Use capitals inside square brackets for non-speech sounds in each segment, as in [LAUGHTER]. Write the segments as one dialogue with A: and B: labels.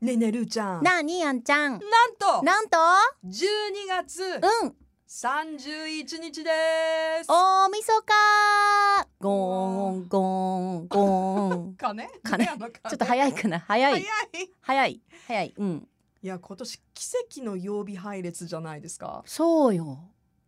A: ねえねえルーちゃん。
B: なあにあんちゃん
A: なんと
B: なんと
A: 12月
B: うん
A: 31日です。
B: 大晦日ゴーンゴーンゴー [LAUGHS] ン
A: 金
B: 金
A: ちょ
B: ちょっと早いかな早
A: 早
B: い
A: い。
B: 早い早いうん
A: いや今年奇跡の曜日配列じゃないですか。
B: そうよ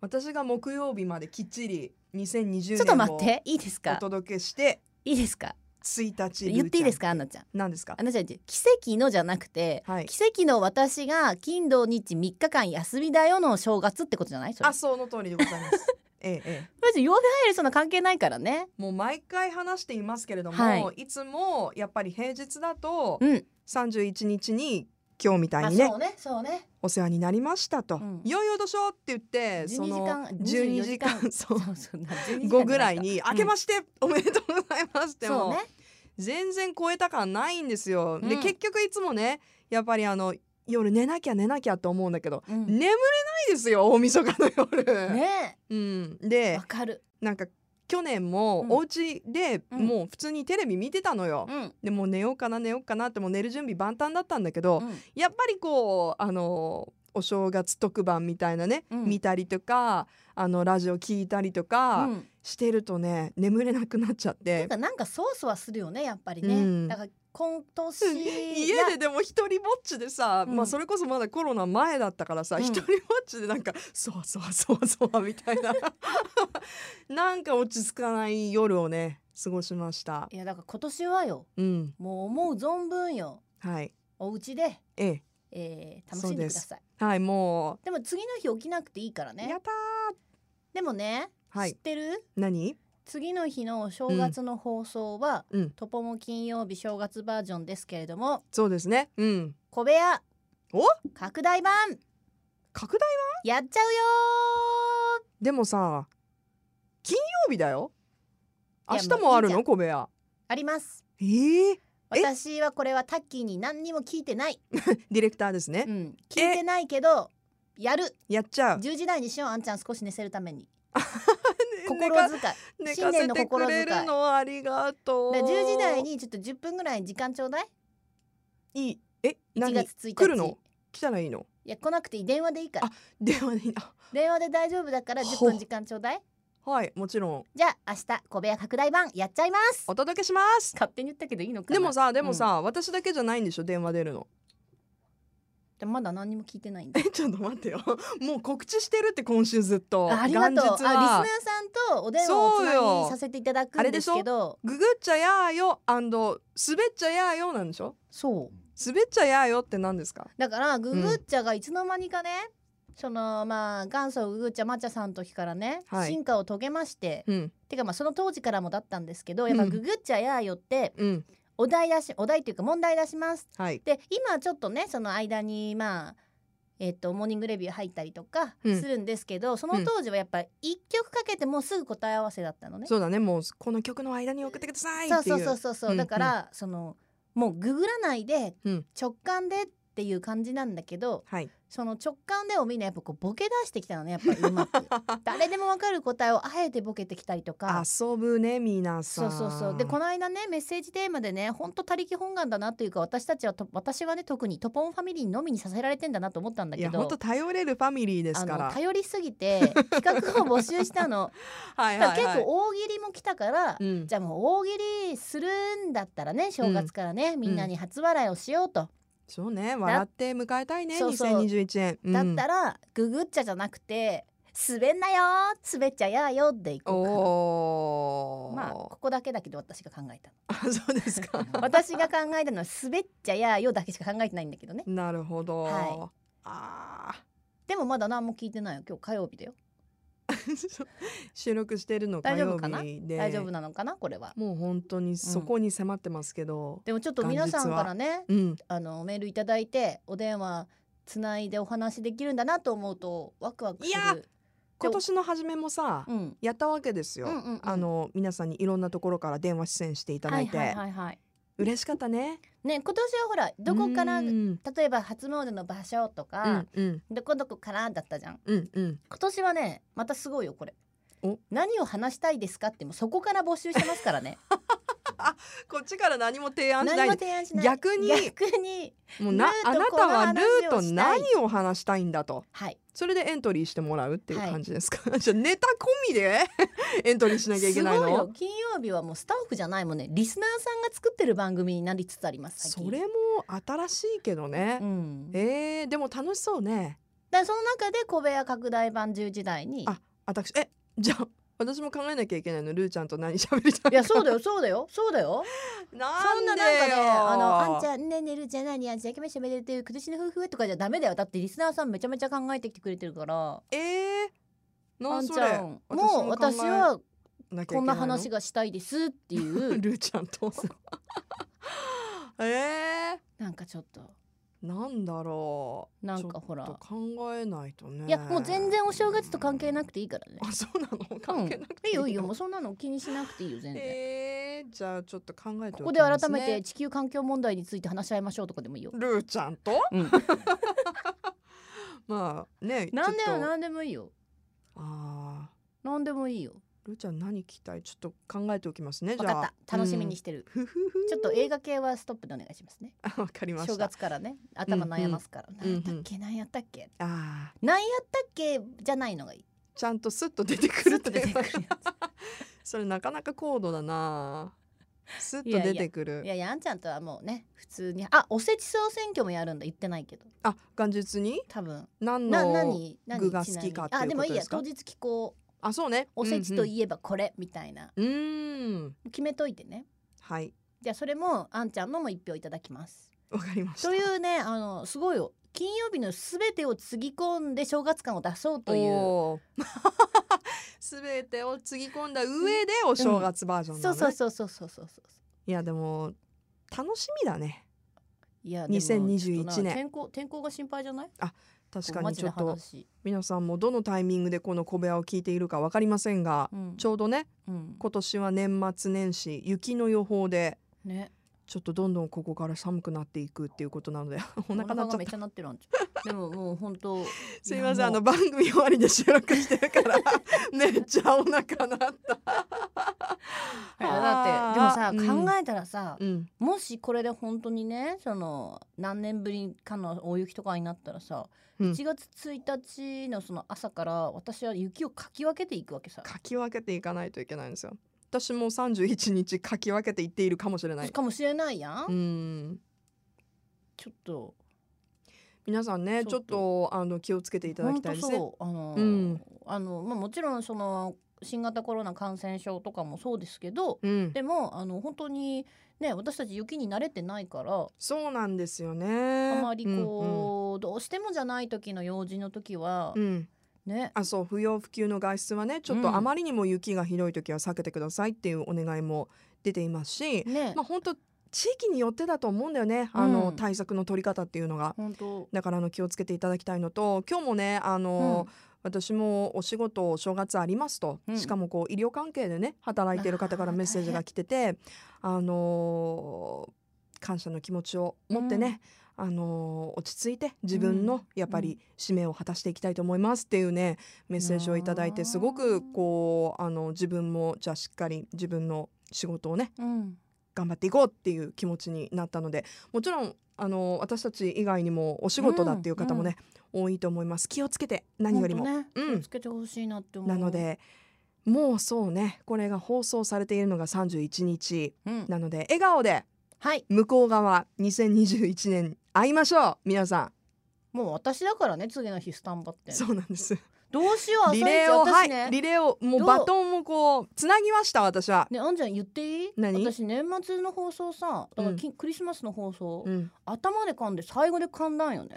A: 私が木曜日まできっちり2020
B: ちょっと
A: 年
B: 待
A: を
B: っていいです
A: お
B: か
A: 届けして
B: いいですか
A: 1日
B: 言っていいです
A: か？
B: かアンナちゃん
A: 何ですか
B: ア？ンナちゃんって奇跡のじゃなくて、
A: はい
B: 奇跡の私が金土日3日間休みだよの正月ってことじゃないそれ
A: あその通りでござい
B: [LAUGHS]
A: ます。ええええ。
B: マジ曜日入るそんな関係ないからね
A: もう毎回話していますけれども、、
B: はい
A: つもやっぱり平日だと
B: うん
A: 31日に今日みたいにね
B: うねそう [LAUGHS] ね
A: お世話になりましたと、
B: うん
A: いよいよどうしようって言ってその
B: 12時間
A: 12時間そう
B: [LAUGHS] そうそうな12時間
A: 5ぐらい
B: じ
A: に「
B: うん
A: 明けましておめでとうございます」って
B: ゃないか
A: も
B: そう
A: う
B: ね
A: 全然超えた感ないんですよ。で
B: うん
A: 結局いつもねやっぱりあの夜寝なきゃ寝なきゃと思うんだけど、
B: うん
A: 眠れないですよ大晦日の夜。
B: ね
A: うん、
B: え
A: で
B: わかる
A: なんか去年も
B: うん
A: お家で
B: うん
A: もう普通にテレビ見てたのよ。
B: うん
A: でもう寝ようかな寝ようかなってもう寝る準備万端だったんだけど、
B: うん
A: やっぱりこうあのお正月特番みたいなね、
B: うん
A: 見たりとかあのラジオ聞いたりとか
B: うん
A: してるとね、眠れなくなっちゃって
B: なんかなんかそわそわするよねやっぱりね、
A: うん
B: だから今年や
A: 家ででも一人ぼっちでさ、
B: うん
A: まあ、それこそまだコロナ前だったからさ、
B: うん
A: 一人ぼっちでなんかそわそわそわそわみたい
B: [LAUGHS]
A: ななんか落ち着かない夜をね過ごしました。
B: いやだから今年はよ
A: うん
B: もう思う存分よ
A: はい、
B: お家で、
A: ええ
B: えー、楽しんでください
A: はい、も
B: でも次の日起きなくていいから
A: う、や
B: ね
A: った
B: でもね、
A: ーは
B: 知
A: い
B: ってる
A: 何
B: 次の日のお正月の放送は、
A: うん
B: トポも金曜日正月バージョンですけれども
A: そうですねうん
B: 小部屋
A: お
B: 拡大版
A: 拡大
B: やっちゃうよ
A: でもさ金曜日だよ
B: い
A: 明
B: や
A: 日もある
B: もういいじゃ
A: の
B: ん
A: 小部屋
B: ーあります
A: えー、え
B: 私はこれはタッキーに何にも聞いてない、
A: ディレクターですね、
B: うん、聞いてないけどやる
A: やっちゃう
B: 10時台にしようあんちゃん少し寝せるために
A: 寝
B: 心
A: か
B: 遣いだか
A: 寝
B: 新
A: か
B: 年
A: せ
B: の
A: て
B: 心
A: く
B: 遣い
A: れるのありがとう
B: ら10時台にちょっと10分ぐらい時間ちょうだい
A: いいえ
B: 1
A: 何
B: 月1日
A: 来るの来たらいいの
B: いや来なくていい電話でいいから
A: 電話でいいな
B: 電話で大丈夫だから10分時間ちょうだい
A: はいもちろん
B: じゃあ明日小部屋拡大版やっちゃいます
A: お届けします
B: 勝手に言ったけどいいのかな
A: でもさでもさ、私だけじゃないんでしょ電話出るの
B: でもまだ何にも聞いてない
A: [LAUGHS]
B: んだ
A: えちょっと待ってよもう告知してるって今週ずっと
B: あありがとうあリス
A: 元日
B: ナ
A: は
B: ーさんとお電話を
A: そ
B: つな
A: うよ
B: ぎさせていただくんですけど
A: ググっちゃやーよ滑っちゃやーよなんでしょ
B: そう
A: 滑っちゃやーよって何ですか
B: だからググッチャがいつの間にかね、そのまあ元祖ググッチャマチャさんの時からね、
A: はい
B: 進化を遂げまして
A: うん
B: てかまあその当時からもだったんですけどやっぱ
A: うん
B: ググッチャやーよって
A: うん
B: お題出しお題というか問題出します
A: はい
B: で今ちょっとねその間にまあえっとモーニングレビュー入ったりとか
A: うん
B: するんですけど、その当時はやっぱ一曲かけてもうすぐ答え合わせだったのね。
A: そうだねもうこの曲の間に送ってください
B: そう
A: ってい
B: そううそうそうそう、
A: うん
B: だから、そのもうググらないで、
A: うん
B: 直感でっていう感じなんだけど
A: はい
B: [LAUGHS] その直感でをみんなやっぱこうボケ出してきたのねやっぱり
A: [LAUGHS]
B: うまく誰でもわかる答えをあえてボケてきたりとか
A: 遊ぶね皆
B: そ
A: さ
B: うんそうそうでこの間ねメッセージテーマでね本当他力本願だなというか私たちはと私はね特にトポンファミリーのみにさせられてんだなと思ったんだ
A: い
B: け
A: や本
B: ど
A: 当頼れるファミリーで
B: あ
A: すか
B: の
A: ら
B: 頼りすぎて企画を募集したの
A: [LAUGHS] はい
B: だから
A: はい
B: 結
A: はい
B: 構大喜利も来たから、
A: うん
B: じゃあもう大喜利するんだったらね正月からね、みんなに初笑いをしようと、
A: そうね笑って迎えたいね
B: そうそう
A: 2021年うん
B: だったらググっちゃじゃなくて滑んなよ滑っちゃやーよでいこう
A: お
B: か
A: ー
B: なまあここだけだけど私が考
A: [LAUGHS]
B: えた
A: あそうですか
B: の私が考えたのは滑っちゃやーよだけしか考えてないんだけどね
A: なるほど
B: は
A: あー [LAUGHS]
B: でもまだ何も聞いてないよ今日火曜日だよ
A: 収録してるの火
B: 大丈
A: 曜
B: 夫かな
A: 日で
B: 大丈夫なのかなこれは
A: もう本当にそこに迫ってますけど、
B: でもちょっと皆さ
A: 元日
B: ん
A: は
B: からね
A: うん、
B: あのメールいただいてお電話つないでお話できるんだなと思うとワクワクする
A: いや今年の初めもさ、
B: うん
A: やったわけですよ、
B: うんうんうん
A: あの皆さんにいろんなところから電話出演していただいて、
B: はいはいはいはい
A: 嬉しかったね
B: ね今年はほらどこから
A: うん
B: 例
A: うん
B: えば初詣の場所と
A: う
B: か
A: ん、うん
B: どこどこからだったじゃん
A: うんうん
B: 今年はねまたすごいよこれ
A: お [LAUGHS]
B: 何を話したいですかってもうそこから募集してますからね
A: こっちから何も提案しな
B: 何
A: い
B: も提案しない
A: 逆に
B: 逆に
A: もうな
B: ルート
A: あなたはルー
B: この話を
A: ト
B: したい
A: 何を話したいんだと
B: はい
A: それでエントリーしてもらうっていう感じですか、 [LAUGHS] じゃあネタ込みで [LAUGHS] エントリーしなきゃいけない
B: すごいよ
A: の
B: 金曜日はもうスタッフじゃないもんねリスナーさんが作ってる番組になりつつあります最近
A: それも新しいけどね
B: う、ん、だか
A: えー、でも楽しそうね
B: らその中で小部屋拡大版10時代に
A: あ私えじゃあ私も考えなきゃいけないのルーちゃんと何喋りたい
B: いやそうだよそうだよそうだよ
A: な
B: そん
A: ん
B: な
A: で
B: なんかね
A: よ
B: あのあんちゃんねねるじゃ何あんちゃんけめしゃめでるっていう苦しの夫婦とかじゃダメだよだってリスナーさんめちゃめちゃ考えてきてくれてるから
A: えー、な
B: あ
A: ん
B: ん
A: そ
B: ち
A: れ
B: ゃんもう私はこんな話
A: が
B: がしたいですってい [LAUGHS] う
A: ルーちゃんとえー、
B: なんかちょっと
A: なんだろう
B: なんかほら
A: ちょっと考えないとね
B: いやもう全然お正月と関係なくていいからね
A: あそうなの関係なくて
B: いい
A: の
B: よいいよもうそんなの気にしなくていいよ全然、
A: えー、じゃあちょっと考えて
B: こ
A: おきますね
B: こで改めて地球環境問題について話し合いましょうとかでもいいよ、
A: ルーちゃんと
B: [LAUGHS] うん、
A: まあね
B: 何で
A: ちょ
B: も
A: っと
B: 何でもいいよ
A: あ
B: 何でもいいよ
A: ールーちゃん何聞きたいちょっと考えておきますねじ
B: 分
A: ゃあ
B: かった楽しみにしてる、
A: ふふふ
B: ちょっと映画系はストップでお願いしますね
A: わかりま
B: 正
A: した
B: 月からね頭悩ますから、
A: んうん
B: なんやったっけなんやったっけ
A: あー
B: なんやったっけじゃないのがいい
A: ちゃんとスッと出てく
B: ス
A: る
B: ッと出てくる
A: テーマが [LAUGHS] それなかなか高度だなスッと出てくる
B: いやいやあんちゃんとはもうね普通にあおせち総選挙もやるんだ言ってないけど
A: あ元日に
B: 多分
A: 何
B: な
A: の
B: 何何
A: 具が
B: ちなみに
A: 好きかっていうこと
B: あでもいいや
A: ですか
B: 当日聞こう
A: あそうね
B: おせちと
A: い
B: いえばこれみたいな、
A: うん、うん
B: 決めといてね
A: はい
B: じゃあそれもあんちゃんのも一票いただきます。
A: わかりました
B: というねあのすごいよ金曜日のすべてをつぎ込んで正月感を出そうという。
A: [LAUGHS] すべてをつぎ込んだ上でお正月バージョンだ、ね
B: そうそうそうそうそうそうそう。
A: いやでも楽しみだね
B: いやでも
A: 2021
B: ちょっと
A: 年
B: な天候天候が心配じゃない？
A: 確か
B: マ
A: に
B: ジ
A: ち
B: で
A: ょっと
B: 話
A: 皆さんもどのタイミングでこの小部屋を聞いているかわかりませんが、
B: うん
A: ちょうどね
B: うん
A: 今年は年末年始雪の予報で
B: ね
A: ちょっとどんどんここから寒くなっていくっていうこと [LAUGHS] なのでお腹なっちゃ
B: が
A: っ
B: めったちゃなってるあんちゃん。でももう本当
A: [LAUGHS] すいません
B: や
A: あ
B: も
A: の
B: う
A: 番組終わりで収録してるから [LAUGHS] めっちゃお [LAUGHS] 腹なった、
B: いやだってでもさ、
A: あーうん
B: 考えたらさ、
A: うん、
B: もしこれで本当にねその何年ぶりかの大雪とかになったらさ、
A: うん
B: 1月1日のその朝から私は雪をかき分けていくわけさ。
A: かき分けていかないといけないんですよ私も31日かき分けていっているかもしれない
B: かもしれないやん、
A: うん
B: ちょっと
A: 皆さんねち
B: ち
A: ょ
B: ょ
A: っ
B: っ
A: とあの気をつけていただき
B: 本
A: た
B: 当
A: いですね
B: そうあの、
A: うん
B: あのまあ、もちろんその新型コロナ感染症とかもそうですけど、
A: うん
B: でもあの本当にね私たち雪に慣れてないから
A: そうなんですよね
B: あまりこう、どうしてもじゃない時の用事の時は、
A: うん、うんうん
B: ね
A: あそう不要不急の外出はねちょっと
B: うん
A: あまりにも雪がひどい時は避けてくださいっていうお願いも出ていますし、
B: ね、
A: まあ本当地域によってだと思うんだよねあの、
B: うん
A: 対策の取り方っていうのが
B: 本当
A: だからあの気をつけていただきたいのと今日もねあの、私もお仕事お正月ありますと、
B: うん
A: しかもこう医療関係でね働いている方からメッセージが来ててあのー感謝の気持ちを持ってね、あのー落ち着いて自分
B: う
A: の
B: ん
A: やっぱり使命を果たしていきたいと思いますっていうねメッセージをいただいてすごくこうあの自分もじゃあしっかり自分の仕事をね
B: うん
A: 頑張っていこうっていう気持ちになったのでもちろんあの私たち以外にもお仕事だっていう方もね、多いと思います気をつけて何よりも、
B: 本当ね
A: うん
B: 気をつけてほしいなって思う
A: なの、でもうそうねこれが放送されているのが31日
B: うん、
A: なので笑顔で
B: はい
A: 向こう側2021年会いましょう皆さ
B: もう私だからね次の日スタンバっ
A: ん
B: て
A: そうなんです
B: どうしよう朝
A: リ
B: 一
A: レーをは
B: 私
A: い、
B: ね,、
A: リレーをもう
B: どう
A: バトンをこうつなぎました私は、
B: ねあんちゃん言っていい
A: 何
B: 私年末の放送さだからき、クリスマスの放送、
A: うん、
B: 頭で噛んで最後で噛んだんよね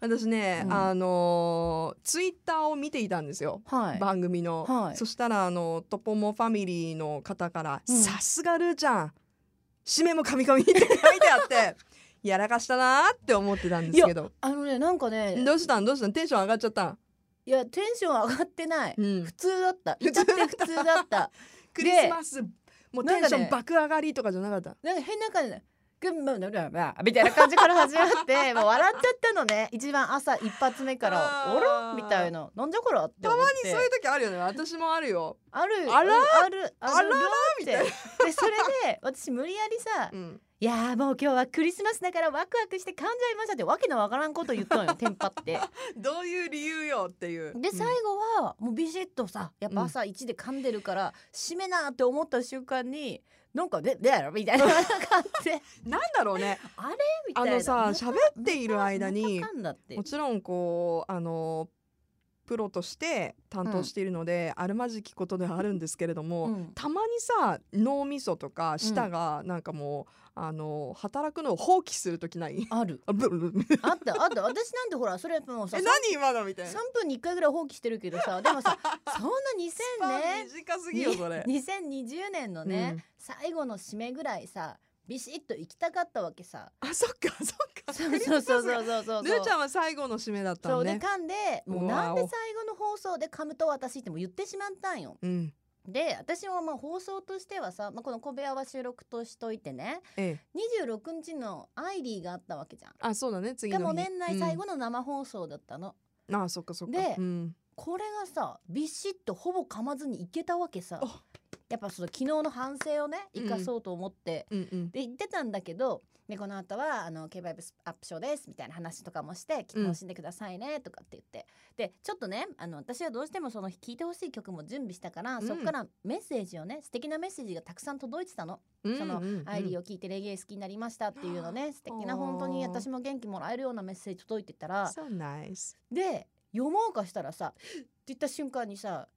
A: 私ね、
B: うん
A: あのーツイッターを見ていたんですよ
B: はい
A: 番組の、
B: はい
A: そしたらあのトポモファミリーの方から「
B: うん
A: さすがルーちゃん締めもカミカミ」って書いてあって
B: [LAUGHS]
A: やらかしたなーって思ってたんですけど
B: あのねなんかね
A: どうしたんどうしたんテンション上がっちゃったん、
B: いやテンション上がってない、
A: うん
B: 普、通だった至って普通だった
A: クリスマスもうテンシ
B: なんか
A: ョン
B: ね
A: 爆上がりとかじゃなかった
B: なんか変な感じで群馬のラバみたいな感じから始まってもう笑っちゃったのね一番朝一発目か
A: あ
B: ら「
A: ー
B: おら?」みたいな「なんじゃこら?」って
A: た
B: 思
A: ま
B: っ
A: に
B: て
A: そういう時あるよね私もあるよ、
B: ある
A: あら
B: うんある
A: あらら
B: み
A: みたいな
B: でそれで私無理やりさ
A: うん、
B: いやーもう今日はクリスマスだからワクワクして噛んじゃいましたってわけのわからんこと言ったのよテンパ [LAUGHS] って
A: どういう理由よっていう
B: で最後はもうビシッとさやっぱ朝1で噛んでるから締めなーって思った瞬間になんかででやろみたいななんかあって
A: うんなんだろうね
B: [LAUGHS] あれみた
A: あ
B: いな
A: のさ
B: また
A: 喋っている間に
B: また噛んだって
A: もちろんこうあのプロとして担当しているので、あるまじきことではあるんですけれども、
B: うん
A: たまにさ脳みそとか舌がなんかもう、あの働くのを放棄する時ない [LAUGHS]
B: ある
A: あブルブルブル
B: あったあった私なんてほらそれもうさ
A: え何今のみたいな
B: 3分に1回ぐらい放棄してるけどさでもさそんな
A: ス
B: 2000
A: パン
B: 年
A: 短すぎよそれ
B: [LAUGHS] に2020年のね、
A: うん
B: 最後の締めぐらいさビシッと行きたかったわけさ
A: あそっかそっか
B: そうそうそう [LAUGHS]
A: う
B: そうそうそう
A: ルーちゃんは最後の締めだった
B: そ
A: の
B: うで
A: ね
B: 噛んでもう
A: うわ
B: なんで
A: お
B: 最後の放送で噛むと私ってもう言ってしまったんよ
A: うん
B: で私はまあ放送としてはさ、まあ、この小部屋は収録としといてね
A: ええ
B: 26日のアイリーがあったわけじゃん
A: あそうだね次の
B: が
A: 日
B: もう年内最後の生放送だったの、
A: うんあそっかそっか
B: で
A: うん
B: これがさビシッとほぼ噛まずにいけたわけさ
A: あ
B: やっぱその昨日の反省をね
A: うん
B: 生かそうと思って、
A: うんうん
B: で言ってたんだけど、ね、この後はあの k b アップショーですみたいな話とかもして
A: うん
B: 楽しんでくださいねとかって言って、でちょっとねあの私はどうしてもその聴いてほしい曲も準備したから、
A: うん
B: そこからメッセージをね素敵なメッセージがたくさん届いてたの。そのアイリー
A: を
B: を聞いてレゲエ好きになりましたっていうのね素敵な
A: あー
B: 本当に私も元気もらえるようなメッセージ届いてたら
A: So nice
B: で読もうかしたらさって言った瞬間にさ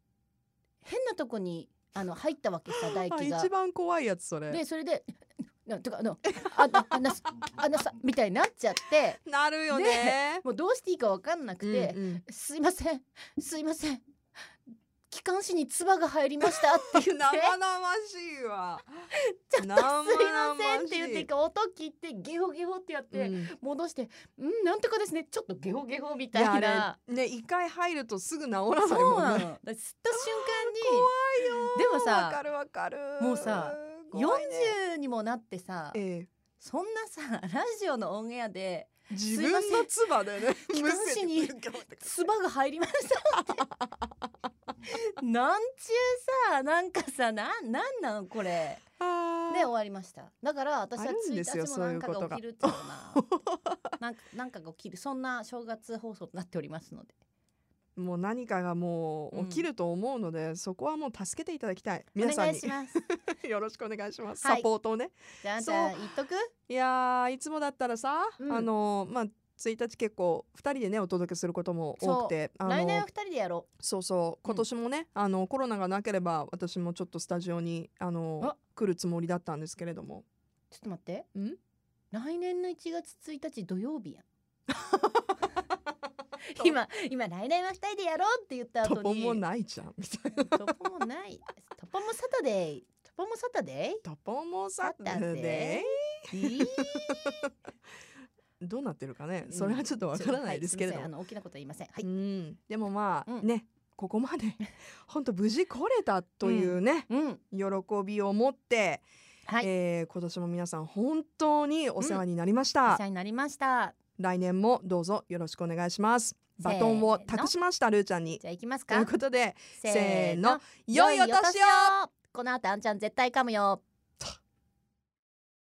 B: 変なとこにあの入ったわけさ唾
A: あ
B: 液が
A: 一。番怖いやつそれ
B: でそれで [LAUGHS] 「なとかあのあああな [LAUGHS] さあなさ」みたいになっちゃって
A: なるよね
B: もうどうしていいか分かんなくて「
A: うんうん
B: すいませんすいません気管支に唾が入りました」って言って「ちょっ
A: [LAUGHS] 生々しい
B: [LAUGHS]
A: わ
B: とすい
A: 生
B: ま
A: 々しい
B: せん」って言って一回音切ってゲホゲホってやって。
A: うん
B: 戻して、うん、なんとかですね、ちょっとゲホゲホみ
A: い
B: た
A: や
B: い
A: あ
B: な。
A: れね一回入るとすぐ治らない
B: [LAUGHS] そう
A: も
B: なんの。だ
A: ね
B: から吸った瞬間に。
A: で
B: でもさ
A: わかるわかる
B: もうさ
A: 怖いね
B: 40にもなってさ、
A: ええ
B: そんなさラジオのオンエアで
A: 自分の唾で
B: [LAUGHS]
A: ね
B: いません気管支に
A: むせて
B: 唾が入りました
A: [LAUGHS]
B: ってなんちゅうさなんかさなんなんなんこれ
A: [LAUGHS] あー
B: で終わりましただから私は
A: あるんです
B: 1
A: よ
B: 日もなんか
A: そういうこと
B: が起
A: が
B: きるっていうななんかなんかが起きるそんな正月放送となっておりますので
A: もう何かがもう起きると思うので、そこはもう助けていただきたい皆
B: お
A: さん
B: 願い
A: に [LAUGHS]
B: します
A: よろしくお願いします、
B: はい
A: サポートをね
B: じゃあ
A: そう
B: じゃあ言っとく
A: いやーいつもだったらさ、
B: うん
A: あのまあ1日結構2人でねお届けすることも多くてあの
B: 来年は二人でやろ
A: そうそう今年もね、あのコロナがなければ私もちょっとスタジオにあの
B: あ
A: 来るつもりだったんですけれども
B: うちょっと待って
A: ん
B: 来年の1月1日土
A: [LAUGHS]
B: 曜日やん今今来年は二人でやろうって言った後
A: ト
B: に
A: ポもないじゃんみたいな
B: トポもない。トポもサタデー。トポもサタデ
A: トポもさ
B: だって
A: で
B: ー。
A: どうなってるかね
B: う
A: [LAUGHS]
B: ん
A: それはちょっとわからないですけれど
B: は
A: も
B: いすいませんあの大きなことは言いません。はい。
A: うん、でもまあ、
B: うん
A: ねここまで本当無事来れたというね、
B: うん。
A: 喜びを持って、
B: はい。
A: えー今年も皆さん本当にお世話になりまし
B: お
A: た、
B: 世話になりました。
A: 来年もどうぞよろしくお願いしますバトンを託しましたルーちゃんに
B: じゃあ行きます
A: とい
B: か
A: う。ことで
B: せーの。
A: 良いお年を
B: この後あんちゃん絶対噛むよ。